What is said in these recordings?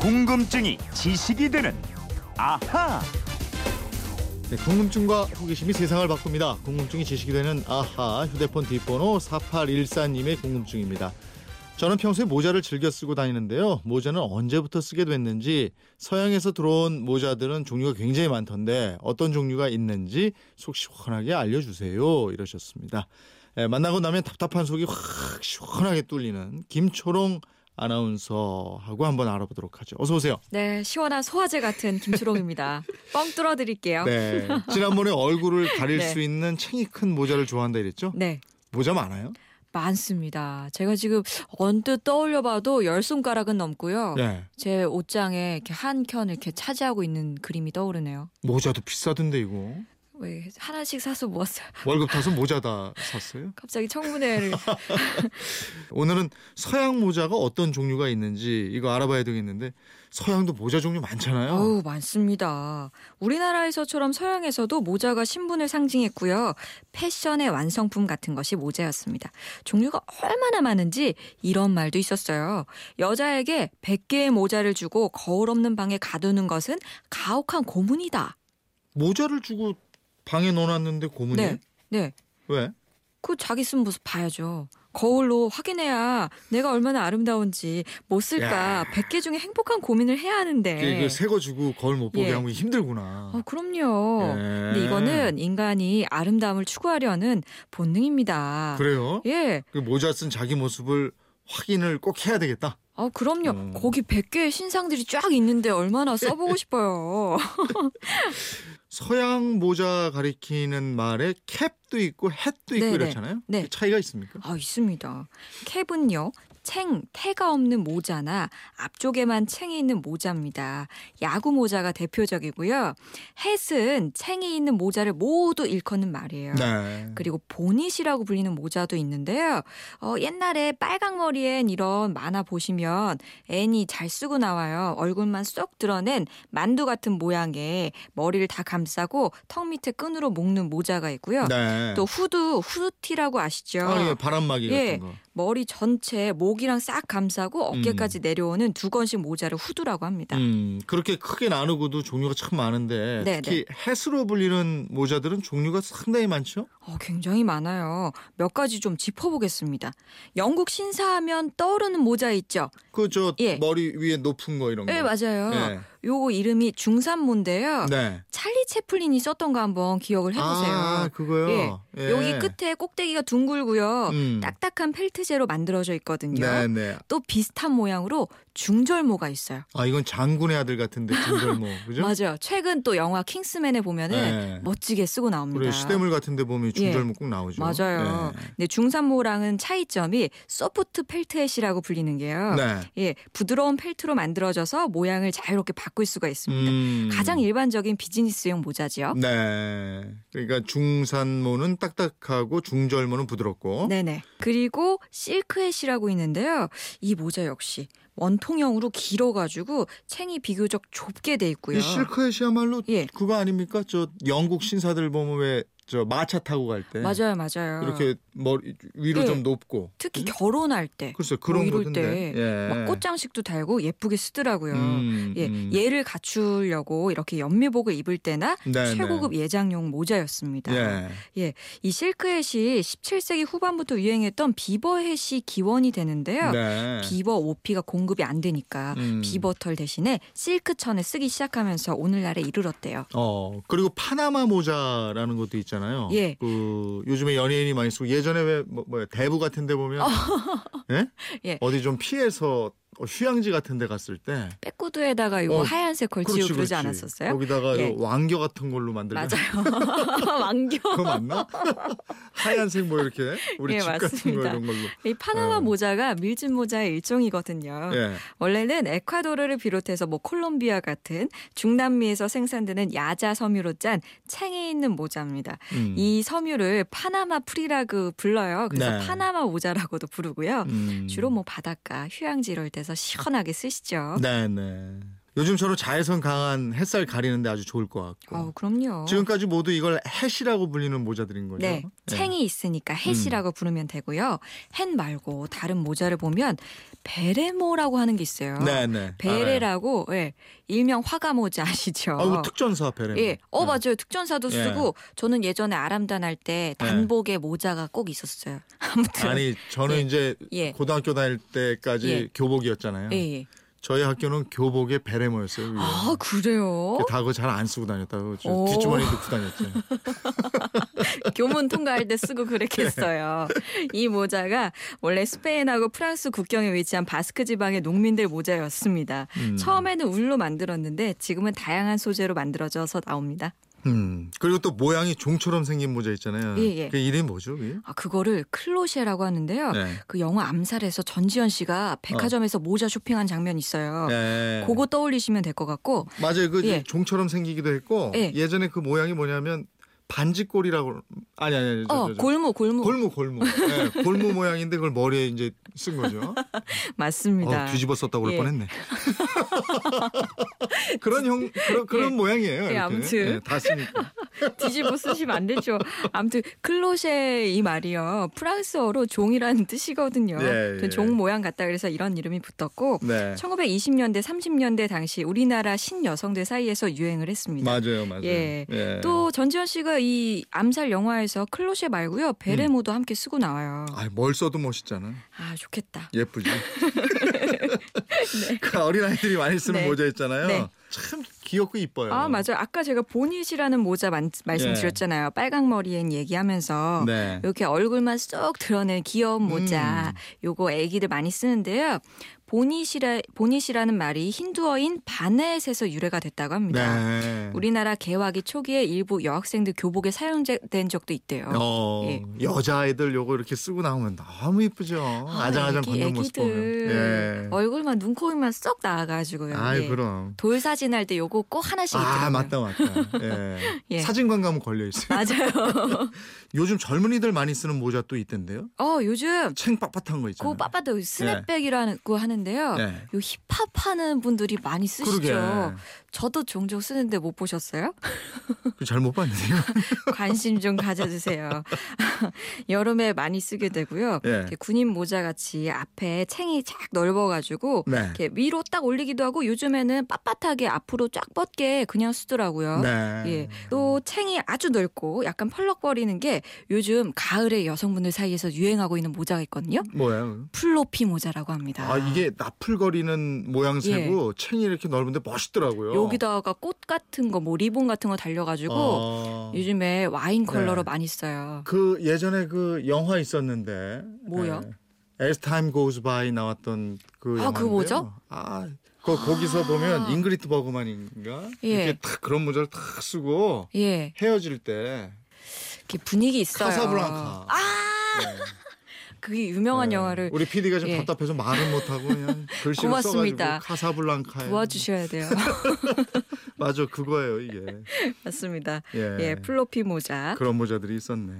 궁금증이 지식이 되는 아하. 네, 궁금증과 호기심이 세상을 바꿉니다. 궁금증이 지식이 되는 아하 휴대폰 뒷번호 4814님의 궁금증입니다. 저는 평소에 모자를 즐겨 쓰고 다니는데요. 모자는 언제부터 쓰게 됐는지 서양에서 들어온 모자들은 종류가 굉장히 많던데 어떤 종류가 있는지 속 시원하게 알려주세요 이러셨습니다. 예, 만나고 나면 답답한 속이 확 시원하게 뚫리는 김초롱 아나운서하고 한번 알아보도록 하죠. 어서 오세요. 네, 시원한 소화제 같은 김초롱입니다. 뻥 뚫어 드릴게요. 네. 네. 지난번에 얼굴을 가릴 네. 수 있는 챙이 큰 모자를 좋아한다 이랬죠? 모자 많아요? 많습니다. 제가 지금 언뜻 떠올려 봐도 열 손가락은 넘고요. 네. 제 옷장에 이렇게 한 켠을 이렇게 차지하고 있는 그림이 떠오르네요. 모자도 비싸던데 이거. 왜 하나씩 사서 모았어요. 월급 타서 모자 다 샀어요. 갑자기 청문회를 오늘은 서양 모자가 어떤 종류가 있는지 이거 알아봐야 되겠는데 서양도 모자 종류 많잖아요. 어우 많습니다. 우리나라에서처럼 서양에서도 모자가 신분을 상징했고요. 패션의 완성품 같은 것이 모자였습니다. 종류가 얼마나 많은지 이런 말도 있었어요. 여자에게 100개의 모자를 주고 거울 없는 방에 가두는 것은 가혹한 고문이다. 모자를 주고 방에 넣어놨는데 고문이 네. 네. 왜? 그 자기 쓴 모습 봐야죠. 거울로 확인해야 내가 얼마나 아름다운지 못 야. 그 쓸까 100개 중에 행복한 고민을 해야 하는데. 새거 주고 거울 못 보게 네. 예. 하면 힘들구나. 어, 그럼요. 예. 근데 이거는 인간이 아름다움을 추구하려는 본능입니다. 그래요? 예. 그 모자 쓴 자기 모습을 확인을 꼭 해야 되겠다. 아, 그럼요. 음. 거기 100개의 신상들이 쫙 있는데 얼마나 써보고 싶어요. 서양 모자 가리키는 말에 캡도 있고 햇도 있고 네네. 이렇잖아요. 네. 그 차이가 있습니까? 아, 있습니다. 캡은요. 챙, 태가 없는 모자나 앞쪽에만 챙이 있는 모자입니다. 야구 모자가 대표적이고요. 햇은 챙이 있는 모자를 모두 일컫는 말이에요. 네. 그리고 보닛이라고 불리는 모자도 있는데요. 어, 옛날에 빨강머리엔 이런 만화 보시면 애니 잘 쓰고 나와요. 얼굴만 쏙 드러낸 만두 같은 모양의 머리를 다 감싸고 턱 밑에 끈으로 묶는 모자가 있고요. 네. 또 후드, 후드티라고 아시죠? 아, 예, 바람막이 예. 같은 거. 머리 전체에 목이랑 싹 감싸고 어깨까지 내려오는 두 건씩 모자를 후드라고 합니다. 음, 그렇게 크게 나누고도 종류가 참 많은데 네, 특히 햇으로 불리는 모자들은 종류가 상당히 많죠. 어, 굉장히 많아요. 몇 가지 좀 짚어보겠습니다. 영국 신사하면 떠오르는 모자 있죠? 그 저 예. 머리 위에 높은 거 이런 거. 예, 맞아요. 네. 요거 이름이 중산모인데요. 네. 찰리 채플린이 썼던 거 한번 기억을 해보세요. 아, 그거요. 예. 여기 끝에 꼭대기가 둥글고요. 음. 딱딱한 펠트제로 만들어져 있거든요. 네, 네. 또 비슷한 모양으로 중절모가 있어요. 아, 이건 장군의 아들 같은데 중절모. 그죠? 맞아요. 최근 또 영화 킹스맨에 보면은 네. 멋지게 쓰고 나옵니다. 그래 시대물 같은데 보면 중절모 예. 꼭 나오죠. 맞아요. 네. 근데 중산모랑은 차이점이 소프트 펠트햇이라고 불리는 게요. 네. 예, 부드러운 펠트로 만들어져서 모양을 자유롭게 바꿀 수가 있습니다. 음. 그러니까 가장 일반적인 비즈니스용 모자지요. 네. 그러니까 중산모는 딱딱하고 중절모는 부드럽고. 네네. 그리고 실크햇이라고 있는데요. 이 모자 역시 원통형으로 길어가지고 챙이 비교적 좁게 돼 있고요. 이 실크햇이야말로 예. 그거 아닙니까? 저 영국 신사들 보면 왜 저 마차 타고 갈 때 맞아요, 맞아요. 네. 이렇게 음? 머리 위로 예. 좀 높고 특히 결혼할 때, 글쎄 그런 이럴 거던데. 때 예. 막 꽃장식도 달고 예쁘게 쓰더라고요. 음, 예, 음. 예를 갖추려고 이렇게 연미복을 입을 때나 네, 최고급 예장용 모자였습니다. 네. 예. 이 실크햇이 17세기 후반부터 유행했던 비버햇이 기원이 되는데요. 네. 비버 오피가 공급이 안 되니까 음. 비버털 대신에 실크천을 쓰기 시작하면서 오늘날에 이르렀대요. 어 그리고 파나마 모자라는 것도 있잖아요. 예. 그 요즘에 연예인이 많이 쓰고 예전에 왜뭐 야 대부 같은데 보면 예? 어. 예. 어디 좀 피해서 어, 휴양지 같은데 갔을 때 백구두에다가 이거 어, 하얀색 걸치고 그렇지, 그러지 그렇지. 않았었어요? 거기다가 예. 요 왕겨 같은 걸로 만들면 맞아요. 왕교. 그거 맞나? 하얀색 뭐 이렇게 우리 예, 집 같은 거 맞습니다. 이런 걸로. 이 파나마 어. 모자가 밀짚 모자의 일종이거든요. 예. 원래는 에콰도르를 비롯해서 뭐 콜롬비아 같은 중남미에서 생산되는 야자 섬유로 짠 챙에 있는 모자입니다. 음. 이 섬유를 파나마 프리라고 불러요. 그래서 네. 파나마 모자라고도 부르고요. 음. 주로 뭐 바닷가, 휴양지 이럴 때서 시원하게 쓰시죠. 네, 네. 요즘처럼 자외선 강한 햇살 가리는데 아주 좋을 것 같고. 어, 그럼요. 네. 지금까지 모두 이걸 햇이라고 불리는 모자들인 거죠. 예. 음. 네, 챙이 있으니까 햇이라고 부르면 되고요. 햇 말고 다른 모자를 보면 베레모라고 하는 게 있어요. 네, 네. 아, 베레라고 예, 일명 화가 모자 아시죠? 아, 뭐 특전사 베레모. 예, 어 네. 네. 맞아요. 특전사도 예. 쓰고 저는 예전에 아람단 할 때 단복에 모자가 꼭 있었어요. 아무튼 아니 저는 예. 이제 예. 고등학교 다닐 때까지 예. 교복이었잖아요. 예, 예. 저희 학교는 교복에 베레모였어요. 위에. 그러니까 아 그래요? 다 그거 잘 안 쓰고 다녔다고 저 오. 뒷주머니 넣고 다녔죠. 교문 통과할 때 쓰고 그랬겠어요. 이 모자가 원래 스페인하고 프랑스 국경에 위치한 바스크 지방의 농민들 모자였습니다. 음. 처음에는 울로 만들었는데 지금은 다양한 소재로 만들어져서 나옵니다. 음. 그리고 또 모양이 종처럼 생긴 모자 있잖아요. 예, 예. 그 이름이 뭐죠? 그게? 아, 그거를 클로셰라고 하는데요. 네. 어. 그 영화 암살에서 전지현 씨가 백화점에서 모자 쇼핑한 장면 있어요. 네. 그거 떠올리시면 될 것 같고 맞아요. 그 예. 종처럼 생기기도 했고 예. 예전에 그 모양이 뭐냐면 반지골이라고 아니 아니 아니 저, 어 저, 저. 골무 골무 네, 골무 골무 예, 골무 모양인데 그걸 머리에 이제 쓴 거죠. 맞습니다. 어, 뒤집어 썼다고 그럴 예. 뻔했네. 그런 형 그런 그런 모양이에요. 이렇게. 예. 아무튼. 예, 다 쓰니까. 뒤집어 쓰시면 안 되죠. 아무튼 클로셰 이 말이요 프랑스어로 종이라는 뜻이거든요. 예, 예. 종 모양 같다 그래서 이런 이름이 붙었고 네. 1920년대 30년대 당시 우리나라 신여성들 사이에서 유행을 했습니다. 맞아요, 맞아요. 예. 예. 또 전지현 씨가 이 암살 영화에서 클로셰 말고요 베레모도 음. 함께 쓰고 나와요. 아, 뭘 써도 멋있잖아. 아 좋겠다. 예쁘지. 그 어린 아이들이 많이 쓰는 네. 모자 있잖아요. 네. 참 귀엽고 이뻐요. 아 맞아요. 아까 제가 보닛이라는 모자 만- 말씀드렸잖아요. 빨강 머리엔 얘기하면서 예. 네. 이렇게 얼굴만 쏙 드러낸 귀여운 음. 모자 요거 애기들 많이 쓰는데요. 보닛이라 보닛이라는 말이 힌두어인 바넷에서 유래가 됐다고 합니다. 네. 우리나라 개화기 초기에 일부 여학생들 교복에 사용된 적도 있대요. 어, 예. 여자애들 요거 이렇게 쓰고 나오면 너무 이쁘죠. 아, 아, 장아장 애기- 걷는 모습 보면. 예. 애기들 얼굴만 눈코입만 쏙 나와가지고요. 아이 예. 그럼. 돌 사진 할 때 요거 꼭 하나씩 있더라고요. 아 맞다 맞다. 예. 예. 사진관 가면 걸려 있어요. 맞아요. 요즘 젊은이들 많이 쓰는 모자 또 있던데요. 어 요즘 챙 빳빳한 거 있잖아요. 그 빠빠도 스냅백이라고 하는데요. 예. 요 힙합 하는 분들이 많이 쓰시죠. 그러게. 저도 종종 쓰는데 못 보셨어요? 잘못 봤는데요. 관심 좀 가져주세요. 여름에 많이 쓰게 되고요. 예. 이렇게 군인 모자 같이 앞에 챙이 쫙 넓어가지고 네. 이렇게 위로 딱 올리기도 하고 요즘에는 빳빳하게 앞으로 쫙 뻗게 그냥 쓰더라고요. 네. 예. 또 챙이 아주 넓고 약간 펄럭거리는 게 요즘 가을에 여성분들 사이에서 유행하고 있는 모자가 있거든요. 뭐예요? 플로피 모자라고 합니다. 아 이게 나풀거리는 모양새고 챙이 이렇게 넓은데 멋있더라고요. 예. 여기다가 꽃 같은 거, 뭐 리본 같은 거 달려가지고 아, 요즘에 와인 컬러로 네. 많이 써요. 그 예전에 그 영화 있었는데 뭐요? 에, As Time Goes By 나왔던 그 아, 영화. 그거 뭐죠? 아. 아, 그 거기서 보면 잉그리트 버그만인가 예. 이렇게 탁 그런 모자를 탁 쓰고 예, 헤어질 때 이렇게 분위기 있어요. 카사블랑카. 아, 네. 그게 유명한 네. 영화를 우리 PD가 좀 예. 답답해서 말은 못하고 그냥 글씨로 고맙습니다. 써가지고 카사블랑카에 도와주셔야 돼요. 맞아 그거예요 이게 맞습니다. 예. 예, 플로피 모자. 그런 모자들이 있었네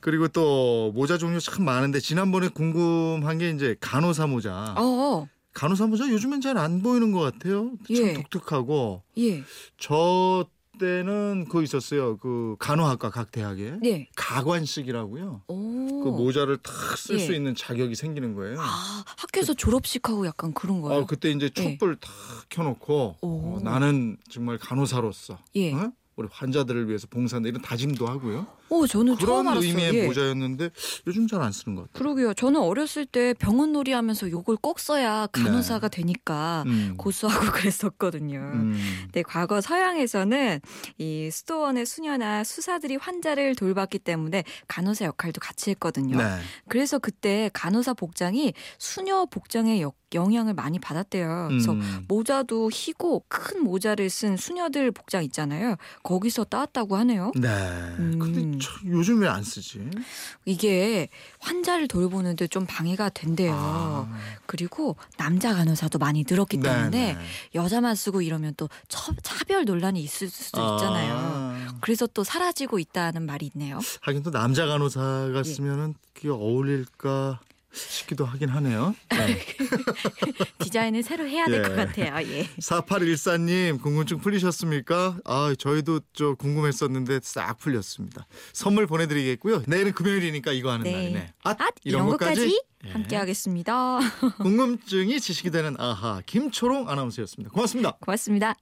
그리고 또 모자 종류 참 많은데 지난번에 궁금한 게 이제 간호사 모자 어, 간호사 모자 요즘엔 잘 안 보이는 것 같아요 예. 참 독특하고 예, 저 때는 그거 있었어요 그 간호학과 각 대학에 예. 가관식이라고요 오. 그 모자를 탁 쓸 수 어. 예. 있는 자격이 생기는 거예요 아, 학교에서 졸업식하고 약간 그런 거예요. 그 어, 그때 이제 촛불 탁 켜놓고 오. 어, 나는 정말 간호사로서 예. 어? 우리 환자들을 위해서 봉사한다 이런 다짐도 하고요. 오, 저는 처음 그런 알았어요. 의미의 예. 모자였는데 요즘 잘 안 쓰는 것 같아요. 그러게요. 저는 어렸을 때 병원 놀이하면서 요걸 꼭 써야 간호사가 되니까 네. 음. 아, 고수하고 그랬었거든요. 음. 네, 과거 서양에서는 이 수도원의 수녀나 수사들이 환자를 돌봤기 때문에 간호사 역할도 같이 했거든요. 네. 그래서 그때 간호사 복장이 수녀 복장의 역- 영향을 많이 받았대요. 그래서 음. 모자도 희고 큰 모자를 쓴 수녀들 복장 있잖아요. 거기서 따왔다고 하네요. 네. 음. 근데 저, 요즘 왜 안 쓰지? 이게 환자를 돌보는데 좀 방해가 된대요. 아. 그리고 남자 간호사도 많이 늘었기 때문에 네, 네. 여자만 쓰고 이러면 또 처- 차별 논란이 있을 수도 있잖아요. 아. 그래서 또 사라지고 있다는 말이 있네요. 하긴 또 남자 간호사가 예. 쓰면은 그게 어울릴까 싶기도 하긴 하네요. 네. 디자인을 새로 해야 될 것 예. 같아요. 예. 4814님 궁금증 풀리셨습니까? 아 저희도 저 궁금했었는데 싹 풀렸습니다. 선물 보내드리겠고요. 내일은 금요일이니까 이거 하는 네. 날이네. 앗, 앗, 이런, 것까지, 예. 함께하겠습니다. 궁금증이 지식이 되는 아하 김초롱 아나운서였습니다. 고맙습니다. 고맙습니다.